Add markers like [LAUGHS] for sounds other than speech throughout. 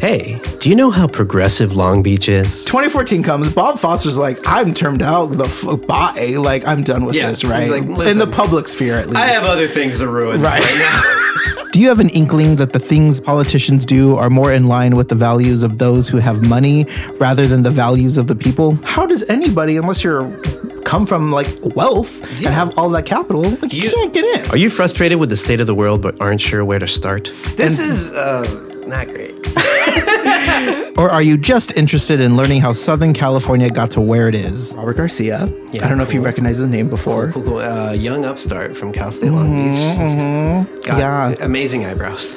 Hey, do you know how progressive Long Beach is? 2014 comes. Bob Foster's like, I'm termed out. The f- bye. Like, I'm done with Yeah, this, he's right? like, In "Listen, the public sphere, at least. I have other things to ruin Right. right, now. Do you have an inkling that the things politicians do are more in line with the values of those who have money rather than the values of the people? How does anybody, unless you're come from like wealth and have all that capital, like, you, You- can't get [LAUGHS] in? Are you frustrated with the state of the world but aren't sure where to start? This is uh, not great. Or are you just interested in learning how Southern California got to where it is? Robert Garcia. I don't know if you recognize his name before. Cool, cool. Uh, young upstart from Cal State Long Beach. Got Mm-hmm. Yeah. amazing [LAUGHS] eyebrows.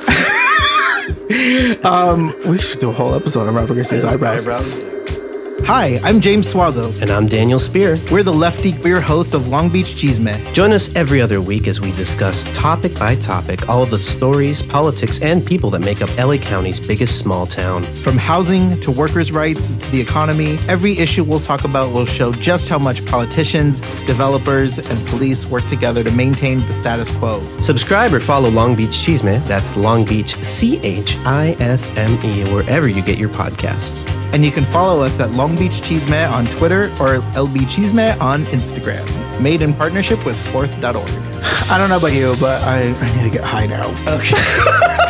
We should do a whole episode on Robert Garcia's eyebrows. eyebrows. Hi, I'm James Swazo. And I'm Daniel Spear. We're the lefty queer hosts of Long Beach Cheeseman. Join us every other week as we discuss topic by topic all of the stories, politics, and people that make up LA County's biggest small town. From housing to workers' rights to the economy, every issue we'll talk about will show just how much politicians, developers, and police work together to maintain the status quo. Subscribe or follow Long Beach Chisme. That's Long Beach C H I S M E wherever you get your podcast. And you can follow us at Long Beach Cheeseman on Twitter or LB Cheeseman on Instagram. Made in partnership with Forth.org. I don't know about you, but I, I need to get high now. Okay.